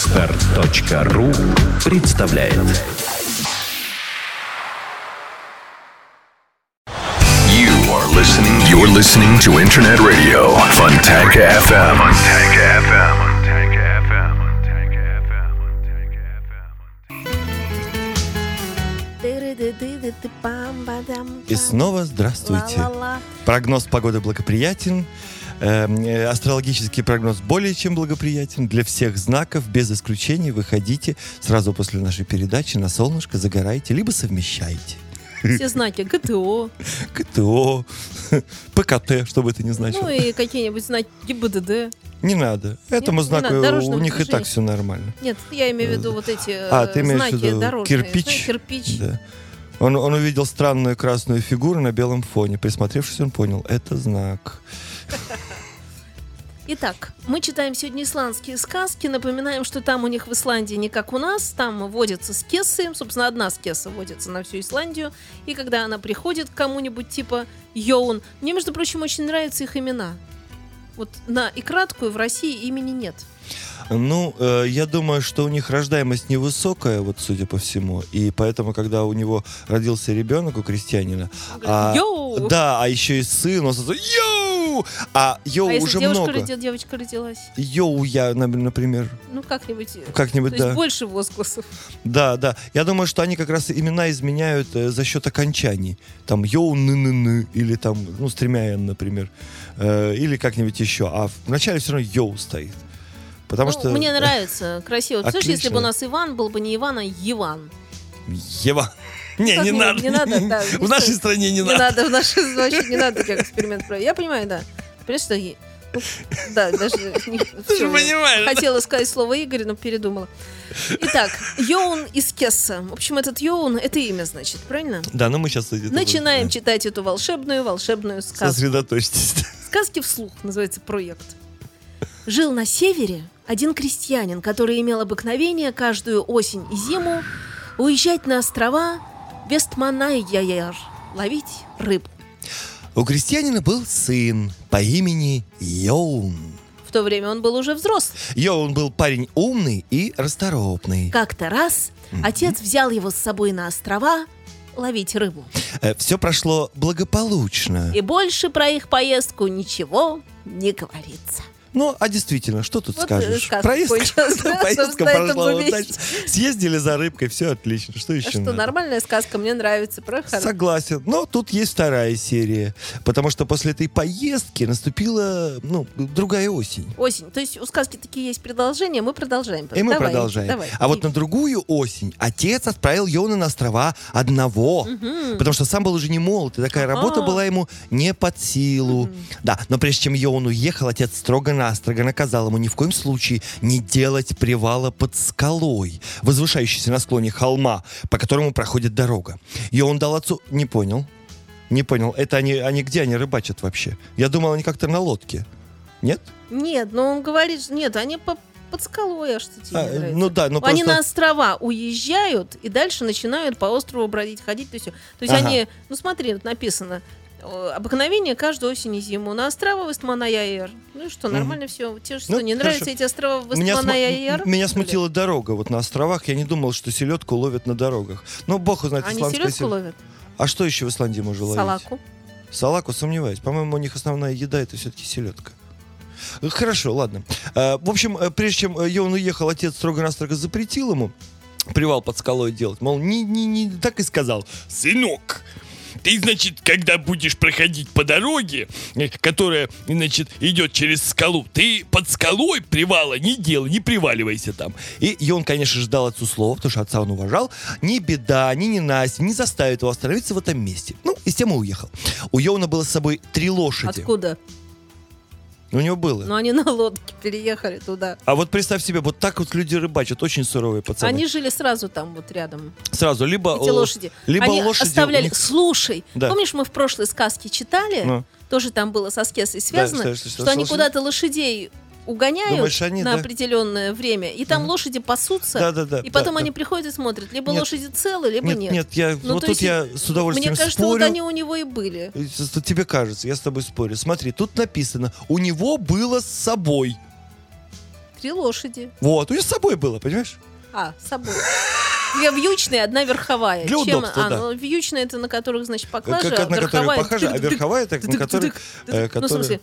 Отстар.ру представляет You are listening. You're listening to Internet Radio Funtank FM. Funtank FM. Funtank FM. Funtank FM. Funtank FM. И снова здравствуйте. Прогноз погоды благоприятен. Эм, э, Астрологический прогноз более чем благоприятен. Для всех знаков, без исключений, выходите сразу после нашей передачи на солнышко, загорайте, либо совмещайте. Все знаки ГТО, КТО, ПКТ, что бы это ни значило. ну и какие-нибудь знаки ГИБДД. Не надо. Этому не знаку надо, у дорожного них и так движения. все нормально. Нет, я имею в виду вот эти э, А, ты имеешь в знаки виду дорожные. кирпич? Знаешь, кирпич. Да. Он, он увидел странную красную фигуру на белом фоне. Присмотревшись, он понял, это знак. Итак, мы читаем сегодня исландские сказки. Напоминаем, что там у них в Исландии не как у нас. Там водятся скесы. Собственно, одна скеса водится на всю Исландию. И когда она приходит к кому-нибудь типа Йоун... Мне, между прочим, очень нравятся их имена. Вот на и краткую в России имени нет. Ну, э, я думаю, что у них рождаемость невысокая, вот судя по всему, и поэтому, когда у него родился ребенок у крестьянина, а, Йоу! да, а еще и сын, он сразу йоу, а йоу а если уже девушка, много. роди- девочка родилась? Йоу я, на- например, Ну, как-нибудь... э, как-нибудь То да, есть больше возгласов. да, да. Я думаю, что они как раз имена изменяют э, за счет окончаний, там йоу ны ны ны или там ну с тремя «н», например, Э, или как-нибудь еще, а в начале все равно йоу стоит, потому Ну, что э, Мне нравится, красиво. Слышишь, если Отлично. бы у нас Иван был бы не Иван, а Иван. Ева. Не, Ну, Как не не- надо. не надо, да, В не нашей стоит. стране не Не надо. надо, в нашей вообще не надо как эксперимент проводить. Я понимаю, да. Понимаешь, что... е- ну, Да, даже... Ты не- же всё, я понимаешь. да? Хотела сказать слово Игорь, но передумала. Итак, Йоун из Кесса. В общем, этот Йоун — это имя, значит, правильно? Да, ну мы сейчас это Начинаем вот, читать эту волшебную-волшебную да, сказку. Сосредоточьтесь. Сказки вслух называется проект. Жил на севере один крестьянин, который имел обыкновение каждую осень и зиму уезжать на острова Вестманайяер, ловить рыбу. У крестьянина был сын по имени Йоун. В то время он был уже взрослый. Йоун был парень умный и расторопный. Как-то раз отец взял его с собой на острова ловить рыбу. Все Э, прошло благополучно. И больше про их поездку ничего не говорится. Ну, а действительно, что тут Вот, э, скажешь? сказка Проезд- кончилась, да, Поездка собственно, на этом прошла мы удачно. Съездили за рыбкой, все отлично. Что еще Что надо? нормальная сказка, мне нравится. Про хоро- Согласен. Но тут есть вторая серия. Потому что после этой поездки наступила, ну, другая осень. Осень. То есть у сказки такие есть продолжения, мы продолжаем. И мы Давай, продолжаем. давай. А вот на другую осень отец отправил Йона на острова одного. Потому что сам был уже не молод, и такая работа А. была ему не под силу. Да, но прежде чем Йон уехал, отец строго-настрого наказал ему ни в коем случае не делать привала под скалой, возвышающейся на склоне холма, по которому проходит дорога. Йон дал отцу... Не понял. Не понял. Это они, они где они рыбачат вообще? Я думал, они как-то на лодке. Нет? Нет, но он говорит, что- нет, они по- под скалой, а что тебе А, не нравится? ну да, ну Они просто- на острова уезжают и дальше начинают по острову бродить, ходить. То есть, то есть Ага. они, ну смотри, вот написано, э, обыкновение каждую осень и зиму на острова Вестманайяер. Ну и что, нормально все. Те, что Ну, не хорошо. нравятся эти острова Меня, см- Вестманайяер. м- меня смутила дорога вот на островах. Я не думал, что селедку ловят на дорогах. Ну, бог узнает, Они исландская селедку сел- ловят? А что еще в Исландии можно ловить? Салаку. Салаку, сомневаюсь. По-моему, у них основная еда это все-таки селедка. Э, Хорошо, ладно. Э, В общем, э, прежде чем э, он уехал, отец строго-настрого запретил ему привал под скалой делать. Мол, не, не, не так и сказал. Сынок, ты, значит, когда будешь проходить по дороге, э, которая, значит, идет через скалу, ты под скалой привала не делай, не приваливайся там. И, и он, конечно, ждал отцу слов, потому что отца он уважал. Ни беда, ни ненастье не заставит его остановиться в этом месте. Ну, и с тем и уехал. У Йона было с собой три лошади. Откуда? У него было. Ну они на лодке переехали туда. А вот представь себе, вот так вот люди рыбачат, очень суровые пацаны. Они жили сразу там, вот рядом. сразу либо эти э, лошади. либо Они лошади оставляли. у них- Слушай, Да. помнишь, мы в прошлой сказке читали, Ну. тоже там было со скесой связано, что- что- что, что с они лошадью? куда-то лошадей угоняют Думаешь, они, на да? определенное время, и там лошади пасутся, Да-да-да, и потом да, они да. приходят и смотрят, либо Нет. лошади целы, либо нет, нет. нет, я Ну, вот то тут есть, я с удовольствием Мне кажется, спорю. вот они у него и были. Э, с- Тебе кажется, я с тобой спорю. Смотри, тут написано, у него было с собой. Три лошади. Вот, у нее с собой было, понимаешь? А, с собой. Я вьючная, одна верховая. Для удобства, а, да. ну, вьючная это на которых, значит, Как- поклажа, как а на которой верховая... похожа, а тык-тык-тык, верховая, так на тык-тык-тык, которых... э, Ну, в которые- смысле,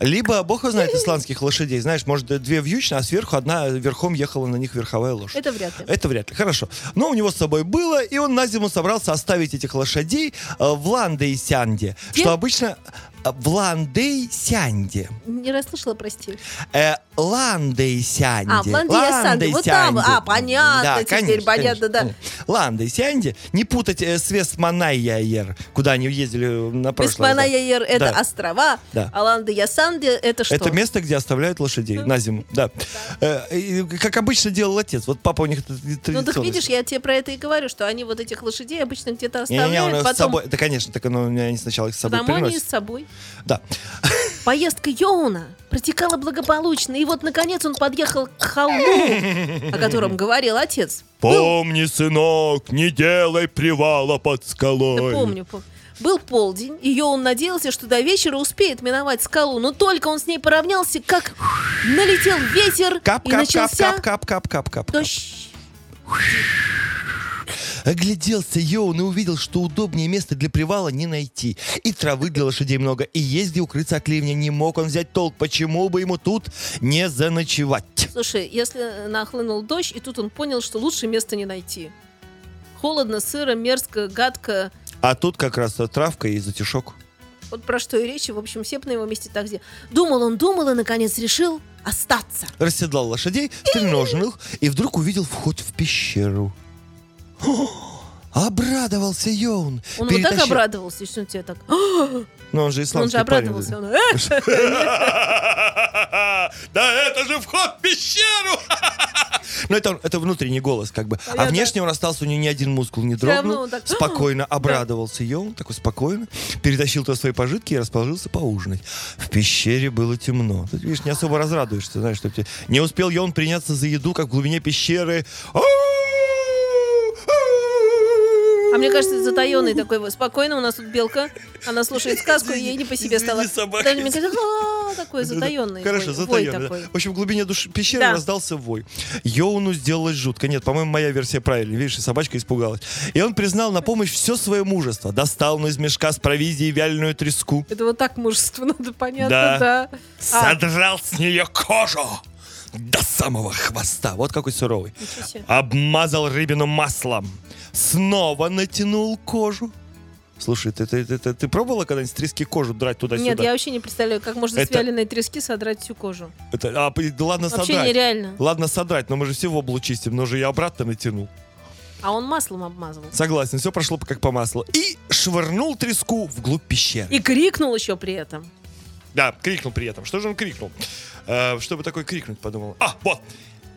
Либо, бог его знает, исландских лошадей. Знаешь, может, две вьючные, а сверху одна верхом ехала на них верховая лошадь. это вряд ли. Это вряд ли. Хорошо. Но у него с собой было, и он на зиму собрался оставить этих лошадей э, в Ландейсянде, Где? что обычно э, в Ландейсянде. Не расслышала, прости. Э, Ландейсянде. А, в Ландейсянде. Вот там. Ландейсянде. А, понятно Да, теперь, конечно, понятно, конечно. Ландейсянде. Не путать э, с Вестманайяер, куда они ездили э, на прошлое. да. Бесманаер это Да. острова, Да. а Ланда-Ясанде это что? Это место, где оставляют лошадей на зиму, да. Э, и Как обычно делал отец. Вот папа у них тр- традиционно. Ну так видишь, я тебе про это и говорю, что они вот этих лошадей обычно где-то Не-не-не, оставляют, у нас потом с собой. Да, конечно, так оно у меня они сначала их с собой домой они приносят. с собой. Да. Поездка Йоуна протекала благополучно, и вот наконец он подъехал к холму, о котором говорил отец. Помни, сынок, не делай привала под Да скалой. помню, пом- Был полдень, и Йоун надеялся, что до вечера успеет миновать скалу, но только он с ней поравнялся, как налетел ветер Кап, кап, и кап, начался кап, кап, кап, кап, кап. дождь. Огляделся Йоун и увидел, что удобнее места для привала не найти. И травы для лошадей много, и есть где укрыться от ливня. Не мог он взять толк, почему бы ему тут не заночевать. Слушай, если э, нахлынул дождь, и тут он понял, что лучше места не найти. Холодно, сыро, мерзко, гадко. А тут как раз травка и затишок. Вот про что и речь, и, в общем, все бы на его месте так где. Думал он, думал, и, наконец, решил остаться. Расседлал лошадей, стреноженных, и вдруг увидел вход в пещеру. О, обрадовался Йоун. Он вот так Перетащил- обрадовался, что он тебе так... Ну, он же он исландский же обрадовался. парень. он, «Э, Да это же вход в пещеру! Ну, это, он- это внутренний голос, как бы. А Понятно. внешне он остался, у него ни один мускул не равно дрогнул. он так, Спокойно обрадовался Йоун, такой спокойно. Перетащил туда свои пожитки и расположился поужинать. В пещере было темно. Тут, видишь, не особо разрадуешься, знаешь, что тебе... Не успел Йоун приняться за еду, как в глубине пещеры... А мне кажется, это затаенный такой, вот, спокойно, у нас тут белка, она слушает сказку, и ей не по себе Извини, стало. собака. Даже мне кажется, «А, такой затаенный. Хорошо, затаенный. да. такой. В общем, в глубине души пещеры Да. раздался вой. Йоуну сделалось жутко. Нет, по-моему, моя версия правильная. Видишь, и собачка испугалась. И он признал на помощь все свое мужество. Достал он из мешка с провизией вяленую треску. Это вот так мужество надо, понятно, Да. да. А, Содрал с нее кожу! До самого хвоста. Вот какой суровый. ничего себе. Обмазал рыбину маслом. Снова натянул кожу. Слушай, ты, ты, ты- ты- ты пробовала когда-нибудь с трески кожу драть туда-сюда? Нет, я вообще не представляю, как можно с Это- вяленой трески содрать всю кожу. Это- а, да ладно Вообще содрать. нереально. Ладно содрать, но мы же все в облу чистим, но же я обратно натянул. А он маслом обмазал. Согласен, все прошло как по маслу. И швырнул треску вглубь пещеры. И крикнул еще при этом. Да, крикнул при этом. Что же он крикнул? Э, чтобы такой крикнуть, подумал. А, А, вот!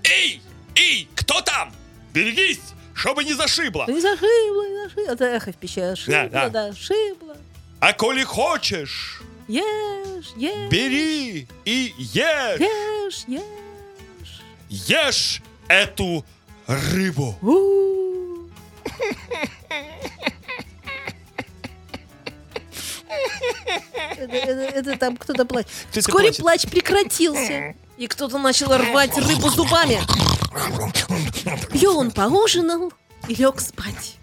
Эй! Эй! Кто там? Берегись! Чтобы не зашибло! Ну, Не зашибло, не зашибло. Это эхо в пещере. Шибло, да, да. шибло. А коли хочешь, Ешь, ешь, бери и ешь! ешь, ешь. Ешь эту рыбу! У. Это, это- это там кто-то плачет. Кто-то Вскоре плачет. плач прекратился, и кто-то начал рвать рыбу зубами. Йоун поужинал и лег спать.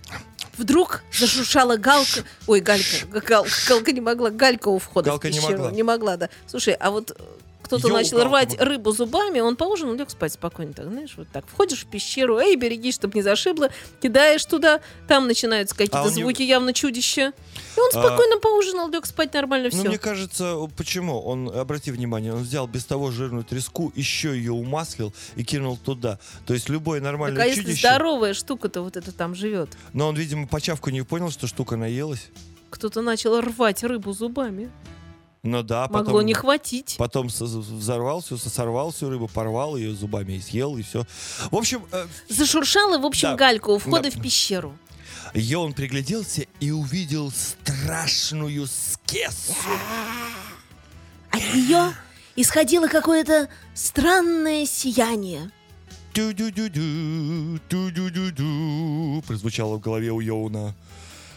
Вдруг зашуршала галка. Ой, галька. Гал- галка не могла. Галька у входа Галка в не пещеру. могла. да. Слушай, а вот э, кто-то Йоу, начал галка рвать могла. рыбу зубами, он поужинал, лег спать спокойно. Так, знаешь, вот так. Входишь в пещеру, эй, береги, чтобы не зашибло. Кидаешь туда, там начинаются какие-то А он не- звуки явно чудища. И он А. спокойно поужинал, лег спать нормально, ну, все. мне кажется, почему? Он, обрати внимание, он взял без того жирную треску, еще ее умаслил и кинул туда. То есть любое Так нормальное а если чудище... здоровая штука-то вот эта там живет? Но он, видимо, по чавку не понял, что штука наелась. Кто-то начал рвать рыбу зубами. Ну да, Могло потом... не хватить. Потом со- взорвал всю, сорвал всю рыбу, порвал ее зубами и съел, и все. В общем, э, Зашуршала, в общем, Да. галька у входа Да. в пещеру. Йон пригляделся и увидел страшную скесу. От нее исходило какое-то странное сияние. Тю-дю-дю-дю, тю-дю-дю-дю, прозвучало в голове у Йоуна.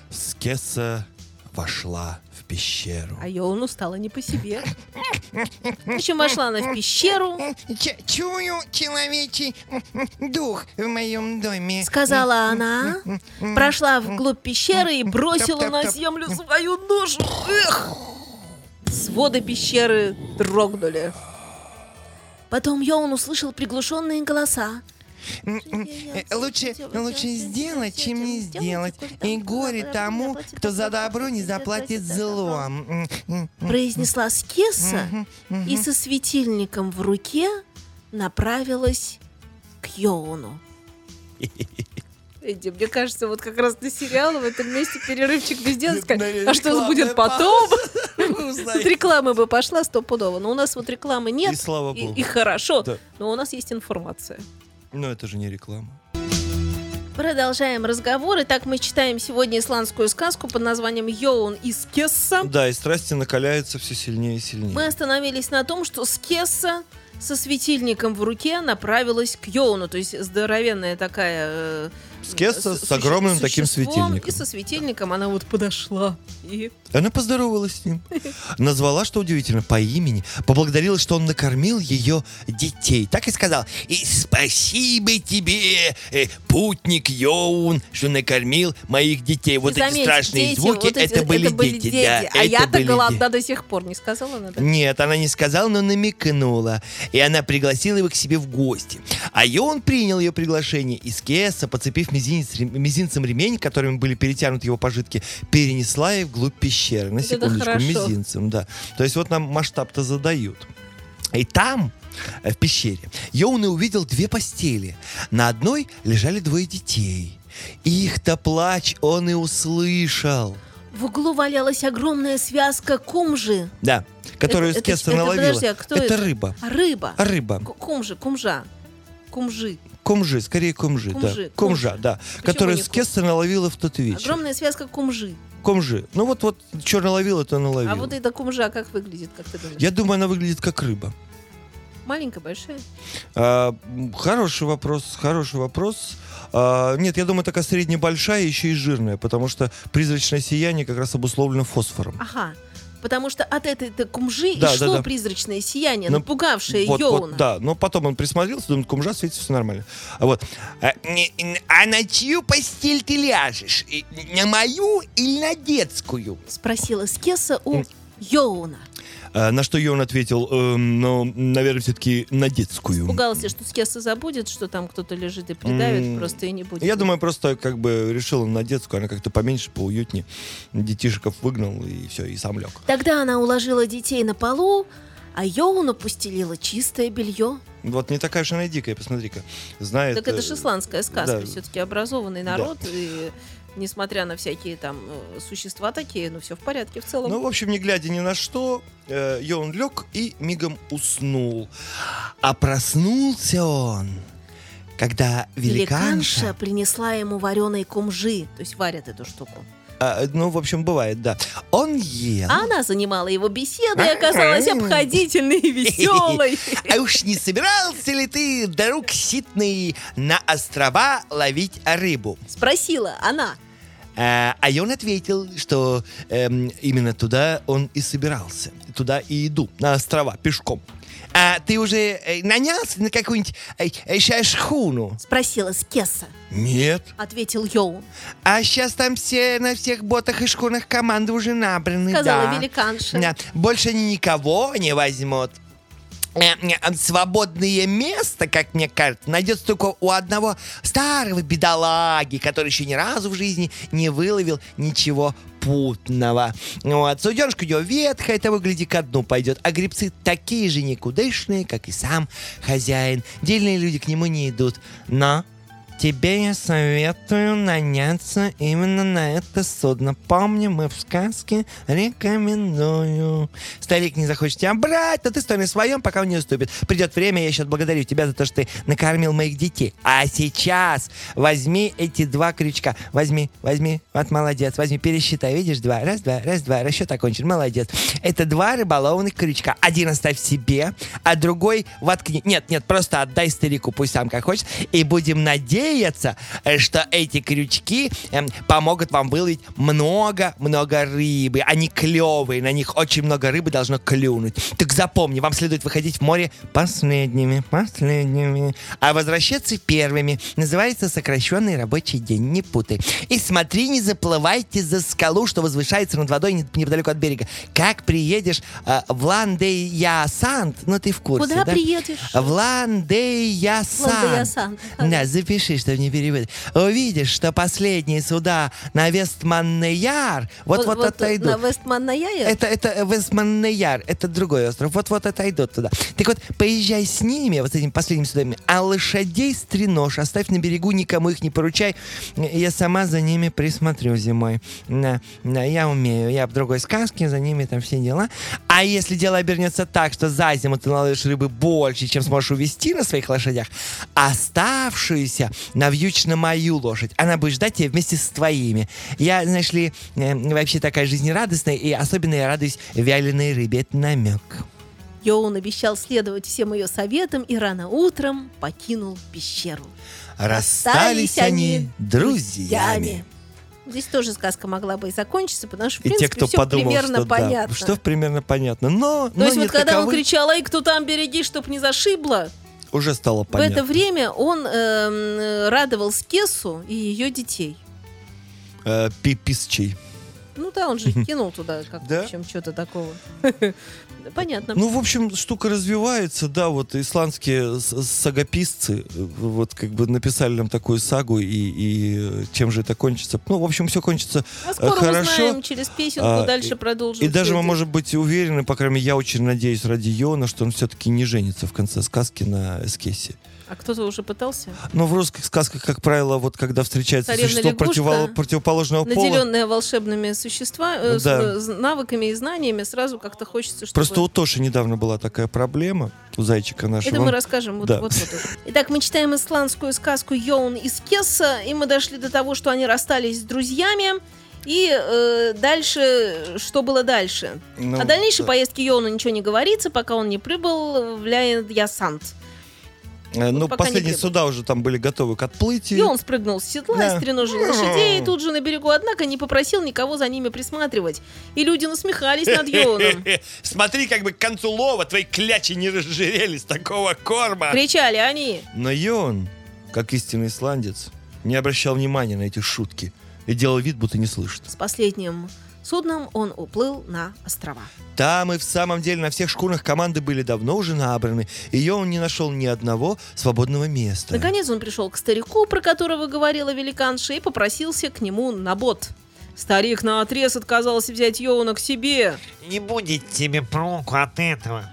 Скеса вошла в пещеру. А Йоуну стало не по себе. Причем вошла она в пещеру, чую человечий дух в моем доме. сказала она, прошла вглубь пещеры и бросила на землю свою душу. Эх! Своды пещеры дрогнули. Потом Йоун услышал приглушенные голоса. Э, Лучше, лучше сделать, чем не сделать. И горе тому, кто за добро не заплатит злом. произнесла Скесса и со светильником в руке направилась к Йоуну. Эдди, мне кажется, вот как раз до сериала в этом месте перерывчик без дела сказать, а что будет потом? Ну, Тут реклама бы пошла стопудово, но у нас вот рекламы нет. И слава богу. и хорошо, Да. но у нас есть информация. Но это же не реклама. Продолжаем разговор. Итак, мы читаем сегодня исландскую сказку под названием «Йоун и Скесса». Да, и страсти накаляются все сильнее и сильнее. Мы остановились на том, что Скесса со светильником в руке направилась к Йоуну, то есть здоровенная такая... э, Скесса с суще- огромным таким существом, светильником. И со светильником она вот подошла. И... Она поздоровалась с ним. Назвала, что удивительно, по имени. Поблагодарила, что он накормил ее детей. Так и сказал. И спасибо тебе, э, путник Йоун, что накормил моих детей. Вот И эти заметь, страшные дети, звуки, вот эти- это, были дети. да, а это я-то были голодна де- до сих пор, не сказала она? да? Нет, она не сказала, но намекнула. И она пригласила его к себе в гости. А Йоун принял ее приглашение. И Скесса, подцепив мизинец- рем- мизинцем ремень, которым были перетянуты его пожитки, перенесла их вглубь пещеры. На Вот это секундочку, хорошо. мизинцем, да. То есть вот нам масштаб-то задают. И там, э, в пещере, Йоуны увидел две постели. На одной лежали двое детей. Их-то плач он и услышал. В углу валялась огромная связка кумжи. Да, которую Это- это- Скесса это, наловила. подожди, а кто это? рыба. А рыба. Рыба. Ку- Кумжи, кумжа. Кумжи. Кумжи, скорее кумжи, Кумжи, да. Кумжа, да. Которую не кум? Скесса наловила в тот вечер. Огромная связка кумжи. Кумжи. Ну вот, вот, что наловила, то наловила. А вот эта кумжа как выглядит, как ты думаешь? Я думаю, она выглядит как рыба. Маленькая, большая? А, м, хороший вопрос, хороший вопрос. А, нет, я думаю, такая среднебольшая, еще и жирная, потому что призрачное сияние как раз обусловлено фосфором. Ага. Потому что от этой кумжи Да, и да, шло да. призрачное сияние, Ну, напугавшее Вот, Йоуна. вот, да, но потом он присмотрелся, думает, кумжа светится, все нормально. А вот. А, не- н- а на чью постель ты ляжешь? И- На мою или на детскую? Спросила Скеса у Йоуна. А, На что Йон ответил, «Эм, ну, наверное, все-таки на детскую. Пугался, что Скеса забудет, что там кто-то лежит и придавит, М, просто и не будет. Я думаю, просто как бы решил он на детскую, она как-то поменьше, поуютнее. Детишков выгнал и все, и сам лег. Тогда она уложила детей на полу, а Йоуну постелила чистое белье. Вот не такая уж она и дикая, посмотри-ка. Знает... Так это э, же исландская сказка. да. Все-таки образованный народ, и несмотря на всякие там э, существа такие, ну все в порядке в целом. Ну, в общем, не глядя ни на что, э, Йон лег и мигом уснул. А проснулся он, когда великанша... Великанша принесла ему вареной кумжи, то есть варят эту штуку. А, ну, в общем, бывает, да. Он ел... А она занимала его беседу и оказалась обходительной и веселой. А уж не собирался ли ты, друг ситный, на острова ловить рыбу? Спросила она. А, а он ответил, что эм, именно туда он и собирался. Туда и иду, на острова, пешком. А ты уже э, нанялся на какую-нибудь э, э, щас шхуну? Спросила Скесса. Нет. Ответил Йоун. А сейчас там все на всех ботах и шкурах команды уже набраны, Сказала да. великанша. Да. Больше никого не возьмут. Э, э, Свободное место, как мне кажется, найдется только у одного старого бедолаги, который еще ни разу в жизни не выловил ничего путного. Вот. Суденушка у него ветхая, того гляди ко дну пойдет. А грибцы такие же никудышные, как и сам хозяин. Дельные люди к нему не идут. Но Тебе я советую наняться именно на это судно. Помни, мы в сказке рекомендую. Старик не захочет тебя брать, но ты стой на своем, пока он не уступит. Придет время, я еще отблагодарю тебя за то, что ты накормил моих детей. А сейчас возьми эти два крючка. Возьми, возьми. Вот молодец. Возьми, пересчитай. Видишь, два. Раз, два, раз, два. Расчет окончен. Молодец. Это два рыболовных крючка. Один оставь себе, а другой воткни. Нет, нет, просто отдай старику, пусть сам как хочет. И будем надеяться, надеяться, э, что эти крючки эм, помогут вам выловить много-много рыбы. Они клевые, на них очень много рыбы должно клюнуть. Так запомни, вам следует выходить в море последними, последними, а возвращаться первыми. Называется сокращенный рабочий день, не путай. И смотри, не заплывайте за скалу, что возвышается над водой не- неподалеку от берега. Как приедешь э, в Ландеясанд, ну ты в курсе, Куда да? приедешь? В Ландеясан. Ландеясан. Да, запиши, чтобы не перевод. Увидишь, что последние суда на Вестманнеяр вот-вот отойдут. э, На Вестман-на-Яя? Это, это Вестманнеяр, это другой остров. Вот-вот отойдут туда. Так вот, поезжай с ними, вот с этими последними судами, а лошадей стренож оставь на берегу, никому их не поручай. Я сама за ними присмотрю зимой. Да, да, я умею. Я в другой сказке, за ними там все дела. А если дело обернется так, что за зиму ты наловишь рыбы больше, чем сможешь увезти на своих лошадях, оставшуюся навьючь на мою лошадь. Она будет ждать тебя вместе с твоими. Я, знаешь ли, э, вообще такая жизнерадостная, и особенно я радуюсь вяленой рыбе. Это намек. Йоун обещал следовать всем ее советам и рано утром покинул пещеру. Расстались они друзьями. Здесь тоже сказка могла бы и закончиться, потому что, в И те, принципе, кто все подумал, примерно что да, понятно. что примерно понятно. Но, То есть но вот не когда он таковы, кричал, ай, кто там, береги, чтоб не зашибло, уже стало в понятно. это время он эм, э, радовал Скесу и ее детей. Э, пиписчий. Ну да, он же их кинул туда, как Да. чем что-то такого. Понятно. Ну, в общем, штука развивается, да, вот исландские с- сагописцы э, вот как бы написали нам такую сагу, и, и э, чем же это кончится. Ну, в общем, все кончится э, а скоро хорошо. узнаем через песенку, А, дальше и- продолжим. И даже всё мы это. можем быть уверены, по крайней мере, я очень надеюсь ради Йона, что он все-таки не женится в конце сказки на Эскесе. А кто-то уже пытался? Но в русских сказках, как правило, вот когда встречается Царевна существо лягушка, противоло- противоположного пола, Наделенная волшебными существа, э, Ну с- Да. с навыками и знаниями, сразу как-то хочется, чтобы... просто у Тоши недавно была такая проблема, у зайчика нашего. Это мы Он- расскажем. Вот, Да. вот, вот уже. Итак, мы читаем исландскую сказку Йоун из Кесса, и мы дошли до того, что они расстались с друзьями. И э, дальше, что было дальше? Ну, О дальнейшей да. поездке Йоуна ничего не говорится, пока он не прибыл в Ляйнд-Ясант. Э, Ну, пока не последние требует. суда уже там были готовы к отплытию. И он спрыгнул с седла, Да. Ну. стреножил лошадей тут же на берегу, однако не попросил никого за ними присматривать. И люди насмехались над Йоуном. Смотри, как бы к концу лова твои клячи не разжирелись такого корма. Кричали они. Но Йон, как истинный исландец, не обращал внимания на эти шутки и делал вид, будто не слышит. С последним судном он уплыл на острова. Там и в самом деле на всех шкурах команды были давно уже набраны, и Йон не нашел ни одного свободного места. Наконец он пришел к старику, про которого говорила великанша, и попросился к нему на бот. Старик наотрез отказался взять Йоуна к себе. Не будет тебе проку от этого.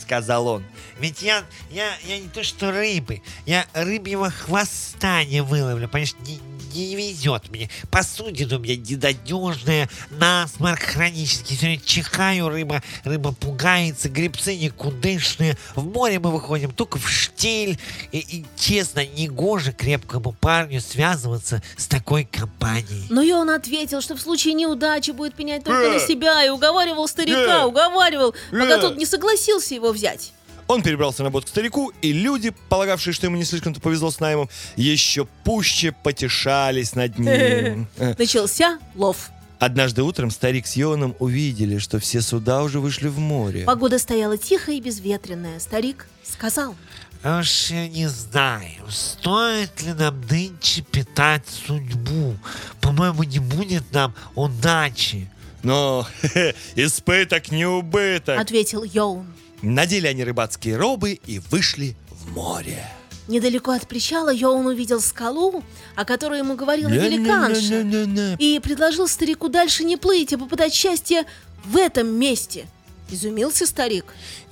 Сказал он. Ведь я, я, я не то что рыбы, я рыбьего хвоста не выловлю, понимаешь, не, не везет мне. Посудина у меня недодежная, насморк хронический, все время чихаю, рыба, рыба пугается, грибцы никудышные. В море мы выходим только в штиль, и, и честно, негоже крепкому парню связываться с такой компанией. Но Йоун ответил, что в случае неудачи будет пенять только на себя, и уговаривал старика, уговаривал, пока тот не согласился его взять. Он перебрался на бот к старику, и люди, полагавшие, что ему не слишком-то повезло с наймом, еще пуще потешались над ним. Э, Начался лов. Однажды утром старик с Йоном увидели, что все суда уже вышли в море. Погода стояла тихая и безветренная. Старик сказал. А Уж я не знаю, стоит ли нам нынче питать судьбу. По-моему, не будет нам удачи. Но испыток не убыток. Ответил Йоун. Надели они рыбацкие робы и вышли в море. Недалеко от причала Йоун увидел скалу, о которой ему говорила великанша. Ля-ля-ля-ля-ля-ля. и предложил старику дальше не плыть, а попытать счастье в этом месте. Изумился старик.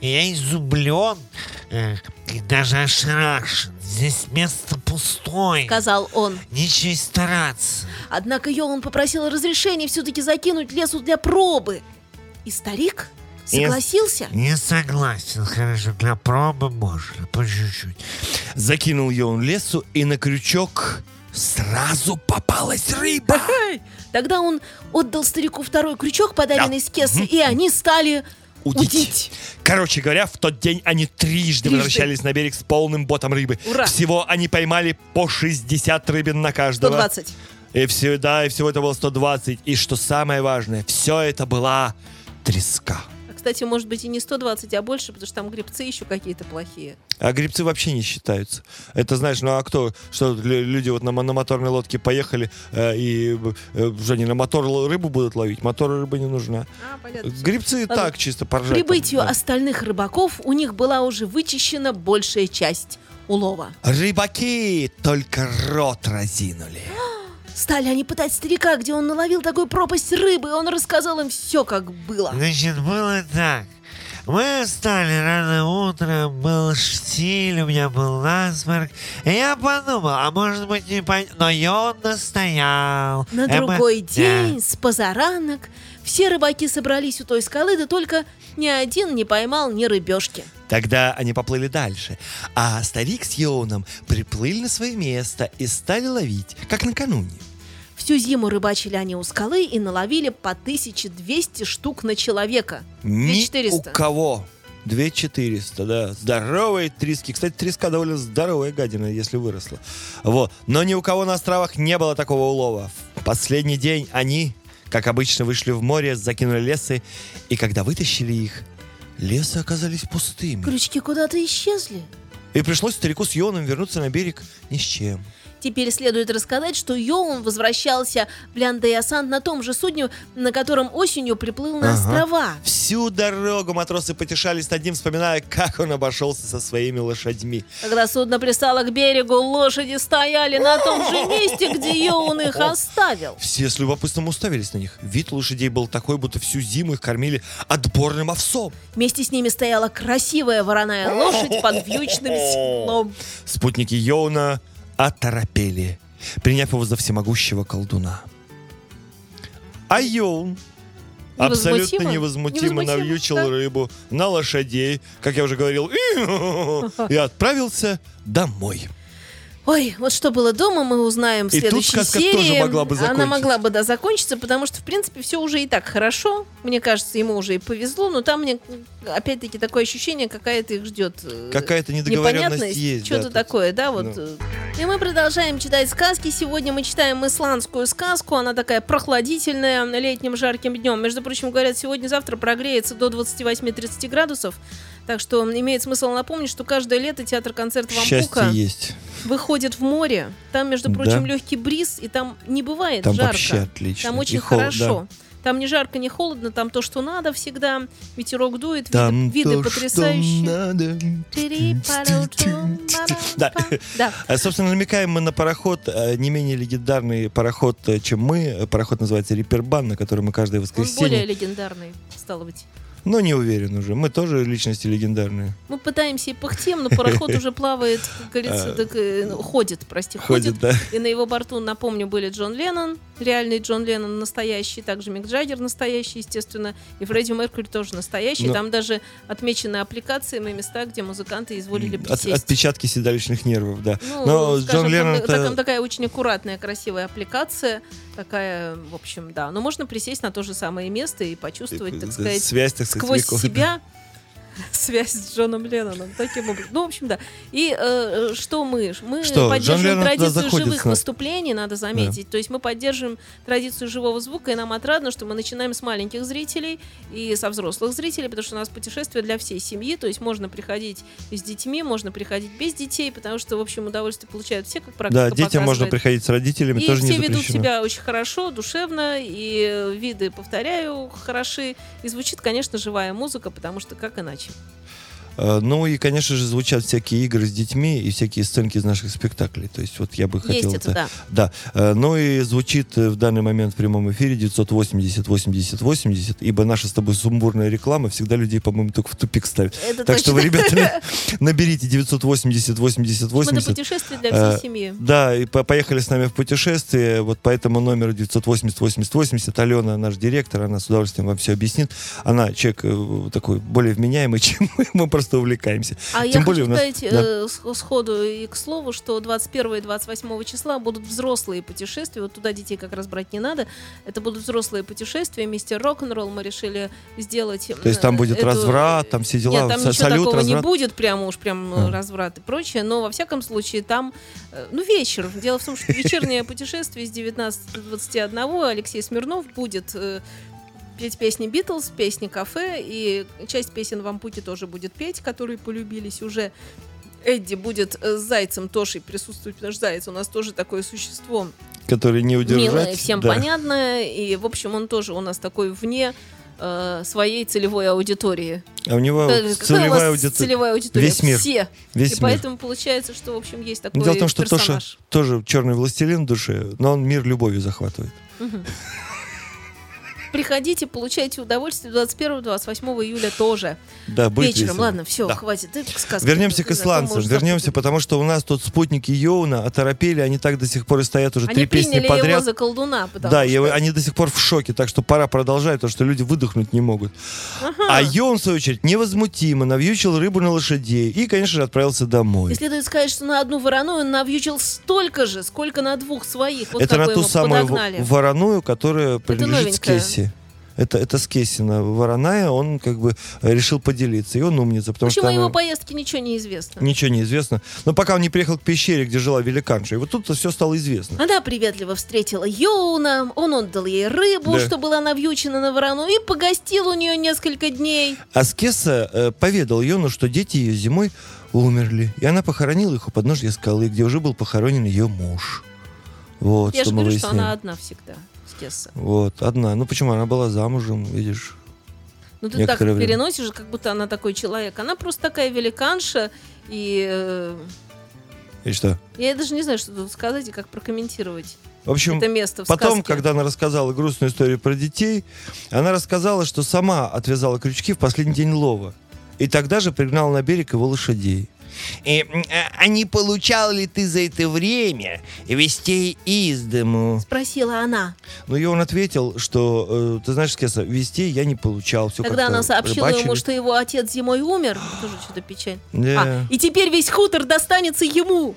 Я изумлен э, и даже ошарашен. Здесь место пустое. Сказал он. Нечего и стараться. Однако Йоун попросил разрешения все-таки закинуть лесу для пробы. И старик согласился. Не согласен, хорошо, для пробы можно, по чуть-чуть. Закинул ее он лесу, и на крючок сразу попалась рыба. Тогда он отдал старику второй крючок, подаренный с кесы, и они стали удить. Удить. Короче говоря, в тот день они трижды, Трижды. возвращались на берег с полным ботом рыбы. Ура. Всего они поймали по 60 рыбин на каждого. 120. И все, да, и всего это было 120. И что самое важное, все это была треска. А, Кстати, может быть и не 120, а больше, потому что там грибцы еще какие-то плохие. А грибцы вообще не считаются. Это знаешь, ну а кто, что лю- люди вот на, мо- на моторной лодке поехали э, и э, что они на мотор л- рыбу будут ловить? Мотору рыба не нужна. А, понятно. всё. Грибцы и Ладно. так чисто поржать. Прибытию там, да. остальных рыбаков у них была уже вычищена большая часть улова. Рыбаки только рот разинули. Стали они пытать старика, где он наловил такую пропасть рыбы, и он рассказал им все, как было. Значит, было так. Мы встали рано утром, был штиль, у меня был насморк. И я подумал, а может быть не пон... Но я настоял. На И мы- другой Да. день, с позаранок, все рыбаки собрались у той скалы, да только ни один не поймал ни рыбешки. Тогда они поплыли дальше. А старик с Йоуном приплыли на свое место и стали ловить, как накануне. Всю зиму рыбачили они у скалы и наловили по 1200 штук на человека. Ни 2400. у кого. 2400, да. Здоровые трески. Кстати, треска довольно здоровая гадина, если выросла. Вот. Но ни у кого на островах не было такого улова. В последний день они, как обычно, вышли в море, закинули лесы, и когда вытащили их, лесы оказались пустыми. Крючки куда-то исчезли. И пришлось старику с Йоном вернуться на берег ни с чем. Теперь следует рассказать, что Йоун возвращался в Ляндеясант на том же судне, на котором осенью приплыл на Ага. острова. Всю дорогу матросы потешались над ним, вспоминая, как он обошелся со своими лошадьми. Когда судно пристало к берегу, лошади стояли на том же месте, где Йоун их оставил. Все с любопытством уставились на них. Вид лошадей был такой, будто всю зиму их кормили отборным овсом. Вместе с ними стояла красивая вороная лошадь под вьючным седлом. Спутники Йоуна оторопели, приняв его за всемогущего колдуна. А Йоун абсолютно невозмутимо Невозмутимо, навьючил да. рыбу на лошадей, как я уже говорил, и отправился домой. Ой, вот что было дома, мы узнаем в И тут следующей сказка серии. тоже могла бы Она закончиться. могла бы, да, закончиться, потому что, в принципе, все уже и так хорошо. Мне кажется, ему уже и повезло, но там мне, опять-таки, такое ощущение, какая-то их ждет. э, Какая-то недоговоренность непонятность, есть. да, что-то тут. такое, да, вот. э. Ну. И мы продолжаем читать сказки. Сегодня мы читаем исландскую сказку. Она такая прохладительная, летним жарким днем. Между прочим, говорят, сегодня-завтра прогреется до 28-30 градусов. Так что имеет смысл напомнить, что каждое лето театр-концерт Вампука Счастье есть. выходит в море. Там, между Да. прочим, легкий бриз, и там не бывает Там жарко. вообще отлично. Там очень И холод, хорошо. Там не жарко, не холодно, там то, что надо всегда. Ветерок дует, виды- Там виды, то, что потрясающие. надо. Да. Да. А, Собственно, намекаем мы на пароход, э, не менее легендарный пароход, э, чем мы. Пароход называется Рипербан, на который мы каждое Он более воскресенье. легендарный, стало быть. Но не уверен уже. Мы тоже личности легендарные. Мы пытаемся и пыхтим, но пароход уже плавает, как говорится, А. так, э, ну, ходит, прости, Ходит, ходит. да. И на его борту, напомню, были Джон Леннон, реальный Джон Леннон настоящий, также Мик Джаггер настоящий, естественно, и Фредди Меркьюри тоже настоящий. Но- Там даже отмечены аппликациями места, где музыканты изволили От- присесть. отпечатки седалищных нервов, да. Ну, Но скажем, Джон там, Леннон так- это- там такая очень аккуратная, красивая аппликация, такая, в общем, да. Но можно присесть на то же самое место и почувствовать, так э, сказать, связь, так сказать, сквозь веков. себя связь с Джоном Ленноном. Таким образом. Ну, в общем, да. И э, э, что мы? ж- Мы Что, Джон поддерживаем Леннон туда традицию заходит живых к нам. выступлений, надо заметить. То есть мы поддерживаем традицию живого звука, и нам отрадно, что мы начинаем с маленьких зрителей и со взрослых зрителей, потому что у нас путешествие для всей семьи, то есть можно приходить с детьми, можно приходить без детей, потому что, в общем, удовольствие получают все, как Да, практика детям можно показывает. приходить с родителями, И тоже все не ведут запрещено. себя очень хорошо, душевно, и э, виды, повторяю, хороши. И звучит, конечно, живая музыка, потому что как иначе. Э, Ну и, конечно же, звучат всякие игры с детьми и всякие сценки из наших спектаклей. То есть вот я бы хотел... Есть это, да. Да. Э, Ну и звучит э, в данный момент в прямом эфире 980 80 80, ибо наша с тобой сумбурная реклама всегда людей, по-моему, только в тупик ставит. Это так что вы, точно. ребята, на- наберите 980 80 Мы Это 80. путешествие для всей Э, семьи. Да, и по- поехали с нами в путешествие. Вот по этому номеру 980 80 80 Алена, наш директор, она с удовольствием вам все объяснит. Она человек э, такой более вменяемый, чем мы. Мы просто увлекаемся. А Тем я более хочу у нас... сказать да. э, с- сходу и к слову, что 21 и 28 числа будут взрослые путешествия. Вот туда детей как раз брать не надо. Это будут взрослые путешествия. Мистер Рок-н-ролл мы решили сделать. э, То есть там будет разврат, там все дела, Нет, там са- ничего салют, такого не разврат. будет, прямо уж прям э, А. разврат и прочее. Но во всяком случае там, э, ну вечер. Дело в том, что вечернее путешествие с 19 до 21 Алексей Смирнов будет э, петь песни Битлз, песни Кафе, и часть песен в Ампуке тоже будет петь, которые полюбились уже. Эдди будет э, с Зайцем Тошей присутствовать, потому что Заяц у нас тоже такое существо Который не удержать. милое, всем да. понятное, и, в общем, он тоже у нас такой вне э, своей целевой аудитории. А у него Э, какая у вас целевая аудитория. целевая аудитория? Весь мир. Все. Весь и мир. поэтому получается, что, в общем, есть такой Дело в том, что Тоша персонаж. тоже черный властелин в душе, но он мир любовью захватывает. Приходите, получайте удовольствие 21-28 июля тоже. Да, будет Вечером, весело. ладно, все, Да. хватит. Это к сказке. Вернемся Не к знаю, исландцам, кому уже вернемся, завтра. потому что у нас тут спутники Йоуна оторопели, они так до сих пор и стоят уже три Они песни приняли его подряд. за колдуна, потому Да, что... и они до сих пор в шоке, так что пора продолжать, потому что люди выдохнуть не могут. А Йоун, в свою очередь, невозмутимо навьючил рыбу на лошадей и, конечно же, отправился домой. И следует сказать, что на одну ворону он навьючил столько же, сколько на двух своих. Вот это на какой ту его самую подогнали. в- вороную, которая принадлежит новенькая. Скесси. Это, это Скессина вороная, он как бы э, решил поделиться, и он умница, В потому общем, что о его она- поездке ничего не известно. ничего не известно. Но пока он не приехал к пещере, где жила великанша, и вот тут-то все стало известно. Она приветливо встретила Йоуна, он отдал ей рыбу, Да. что была навьючена на ворону, и погостил у нее несколько дней. Аскеса э, поведал Йону, что дети ее зимой умерли, и она похоронила их у подножья скалы, где уже был похоронен ее муж. Вот, Я что же мы говорю, что выяснили. она одна всегда. Скесса. Вот, одна. Ну почему? Она была замужем, видишь. Ну ты так Некоторое время. переносишь, как будто она такой человек. Она просто такая великанша, и э, И что? я даже не знаю, что тут сказать и как прокомментировать В общем, это место в Потом, сказке. когда она рассказала грустную историю про детей, она рассказала, что сама отвязала крючки в последний день лова. И тогда же пригнала на берег его лошадей. И, м, а- а не получал ли ты за это время вестей из дому? Спросила она. Но Ну, и он ответил, что, э, ты знаешь, Скеса, вести я не получал. Все Тогда как-то она сообщила ему, рыбачили. Э. что его отец зимой умер. Тоже что-то печаль. Да. А, и теперь весь хутор достанется ему.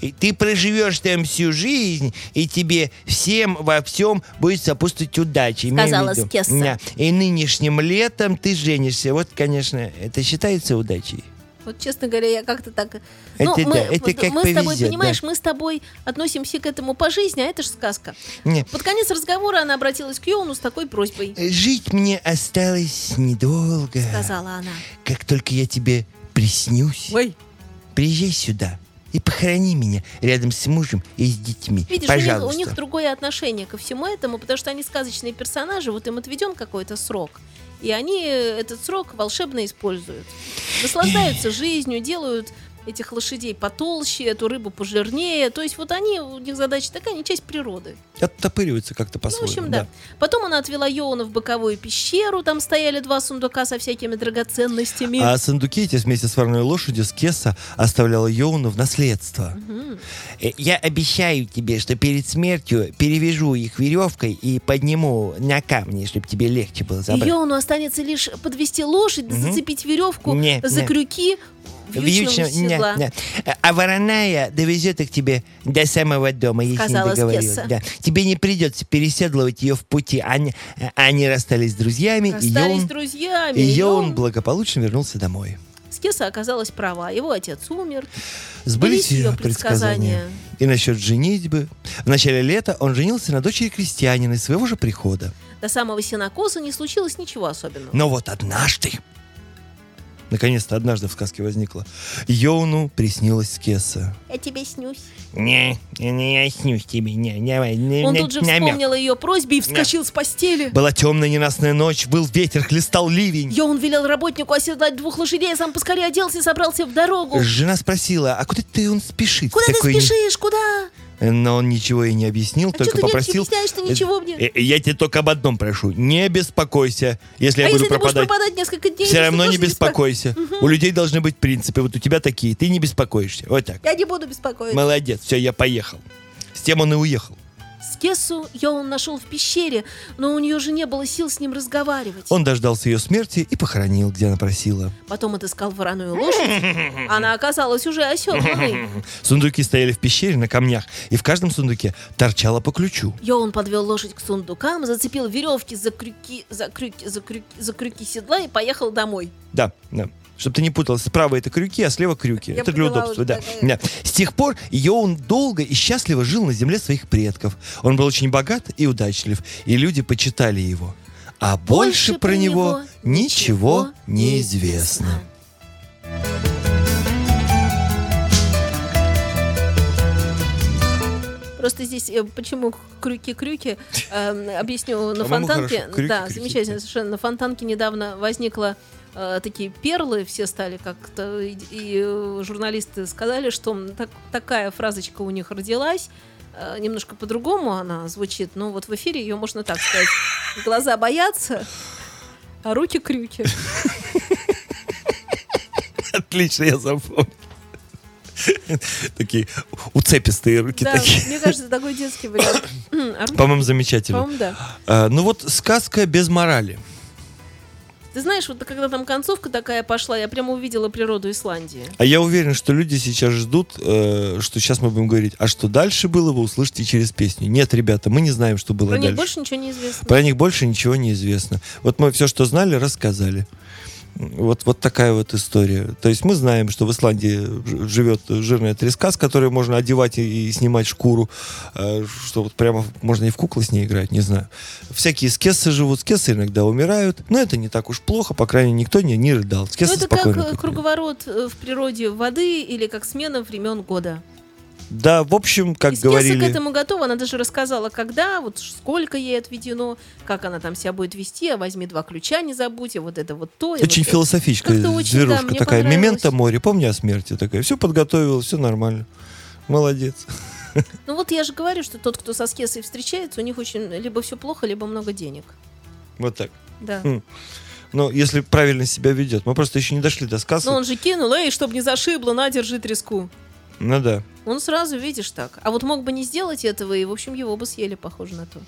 И ты проживешь там всю жизнь, и тебе всем во всем будет сопутствовать удача. Имей в Сказала виду. Скесса. Да. И нынешним летом ты женишься. Вот, конечно, это считается удачей. Вот, честно говоря, я как-то так... э, ну, Это мы, да, это вот как мы с тобой, повезет, понимаешь, мы с тобой относимся к этому по жизни, а это же сказка. Не. Под конец разговора она обратилась к Йоуну с такой просьбой, Жить мне осталось недолго. сказала она. Как только я тебе приснюсь, Ой, приезжай сюда и похорони меня рядом с мужем и с детьми. Видишь, у них, Пожалуйста. у них другое отношение ко всему этому, потому что они сказочные персонажи, вот им отведен какой-то срок. И они э, этот срок волшебно используют. Наслаждаются жизнью, делают этих лошадей потолще, эту рыбу пожирнее. То есть вот они, у них задача такая, они часть природы. Оттопыривается как-то Ну, в по-своему. общем, да. Потом она отвела Йоуна в боковую пещеру, там стояли два сундука со всякими драгоценностями. А сундуки эти вместе с варной лошадью Скеса оставляла Йоуну в наследство. Э, Я обещаю тебе, что перед смертью перевяжу их веревкой и подниму на камни, чтобы тебе легче было И забрать. Йоуну останется лишь подвести лошадь, да зацепить веревку Не, за не. крюки Вьючного- вьючного не, седла. не. А- А вороная довезет их тебе до самого дома, если Сказала не договорилась. Скесса. Да. Тебе не придется переседлывать ее в пути. Они, э, они расстались с друзьями, Остались и Йоун, друзьями. И Йоун Йоун- благополучно вернулся домой. Скеса оказалась права. Его отец умер. Сбылись Сбылись ее ее предсказания. предсказания. И насчет женитьбы. В начале лета он женился на дочери крестьянина из своего же прихода. До самого сенокоса не случилось ничего особенного. Но вот однажды, наконец-то однажды в сказке возникло, Йоуну приснилась Скесса. Я тебе снюсь. Не, не, не я снюсь тебе. Не, давай, не, Он не- тут же намёк. вспомнил о ее просьбе и вскочил с постели. Была темная ненастная ночь, был ветер, хлестал ливень. Йоун велел работнику оседлать двух лошадей, а сам поскорее оделся и собрался в дорогу. Э, Жена спросила, а куда ты он спешит? Куда Такой ты не- спешишь? Куда? Но он ничего и не объяснил, А только что ты мне попросил. объясняешь, что ничего мне? «Э, э, Я тебя только об одном прошу. Не беспокойся, если а я буду если ты будешь пропадать. пропадать несколько дней, Все я равно не тоже беспо- беспокойся. У людей должны быть принципы. Вот у тебя такие. Ты не беспокоишься. Вот так. Я не буду беспокоиться. Молодец. Все, я поехал. С тем он и уехал. Скесу Йоун нашел в пещере, но у нее же не было сил с ним разговаривать. Он дождался ее смерти и похоронил, где она просила. Потом отыскал вороную лошадь. Она оказалась уже оседланной. Сундуки стояли в пещере на камнях, и в каждом сундуке торчало по ключу. Йоун подвел лошадь к сундукам, зацепил веревки за крюки, за крюки, за крюки, за крюки седла и поехал домой. Да, да. Чтобы ты не путалась, справа это крюки, а слева крюки. это для поняла удобства, уже, да. да-да. Да. С тех пор Йоун долго и счастливо жил на земле своих предков. Он был очень богат и удачлив, и люди почитали его. А больше, про него ничего не известно. Просто здесь э, почему крюки-крюки, э, объясню, на По-моему, фонтанке, хорошо. Крюки, да, крюки, замечательно да. совершенно, на фонтанке недавно возникло э, такие перлы, все стали как-то, и, и, э, журналисты сказали, что м, так- такая фразочка у них родилась, Э, немножко по-другому она звучит, но вот в эфире ее можно так сказать. Глаза боятся, а руки крюки. Отлично, я запомнил. Такие уцепистые руки Да, такие. мне кажется, такой детский вариант. А руки, По-моему, замечательно. По-моему, да. А, ну вот сказка без морали. Ты знаешь, вот когда там концовка такая пошла, я прямо увидела природу Исландии. А я уверен, что люди сейчас ждут, э, что сейчас мы будем говорить, а что дальше было, вы услышите через песню. Нет, ребята, мы не знаем, что было Про них дальше. больше ничего не известно. Про них больше ничего не известно. Вот мы все, что знали, рассказали. Вот, вот такая вот история. То есть мы знаем, что в Исландии ж- живет жирная треска, с которой можно одевать и, и снимать шкуру, э, что вот прямо можно и в куклы с ней играть, не знаю. Всякие скессы живут, скессы иногда умирают, но это не так уж плохо, по крайней мере, никто не, не рыдал. Ну, Скессы это как спокойно э, купили. круговорот э, в природе воды или как смена времен года. Да, в общем, как И Скесса говорили... к этому готова. Она даже рассказала, когда, вот ш- сколько ей отведено, как она там себя будет вести, а возьми два ключа, не забудь, а вот это вот то. и Очень вот это. философичка, Как-то очень, зверушка да, мне такая. понравилось. Мементо море, помни о смерти такая. Все подготовил, все нормально. Молодец. Ну вот я же говорю, что тот, кто со Скессой встречается, у них очень либо все плохо, либо много денег. Вот так. Да. Хм. Ну, если правильно себя ведет. Мы просто еще не дошли до сказки. Но Ну, он же кинул, эй, чтоб не зашибло, на, держи треску. Ну да. Он сразу, видишь, так. А вот мог бы не сделать этого, и, в общем, его бы съели, похоже на то.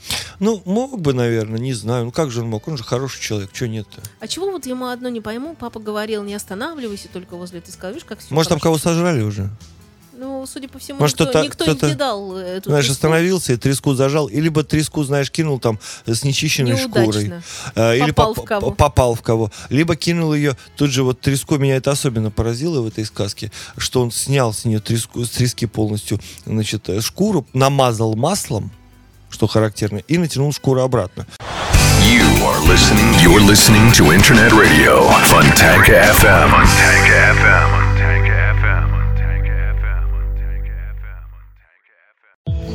Ну, мог бы, наверное, не знаю. Ну, как же он мог? Он же хороший человек. Чего нет-то? А чего вот ему одно не пойму? Папа говорил, не останавливайся только возле ты скажешь, как все. Может, там кого сожрали уже? Ну, судя по всему, Может, никто, кто-то- никто кто-то, не дал э, эту ну, Знаешь, треску остановился и треску зажал. Или бы треску, знаешь, кинул там с нечищенной шкурой. неудачно. Э, или Попал поп- в кого. п- попал в кого. Либо кинул ее, тут же вот треску, меня это особенно поразило в этой сказке, что он снял с нее треску, с трески полностью, значит, э, шкуру, намазал маслом, что характерно, и натянул шкуру обратно. You are listening. You're listening to Internet Radio Funtank FM. Funtank FM. Funtank FM. Funtank FM. Funtank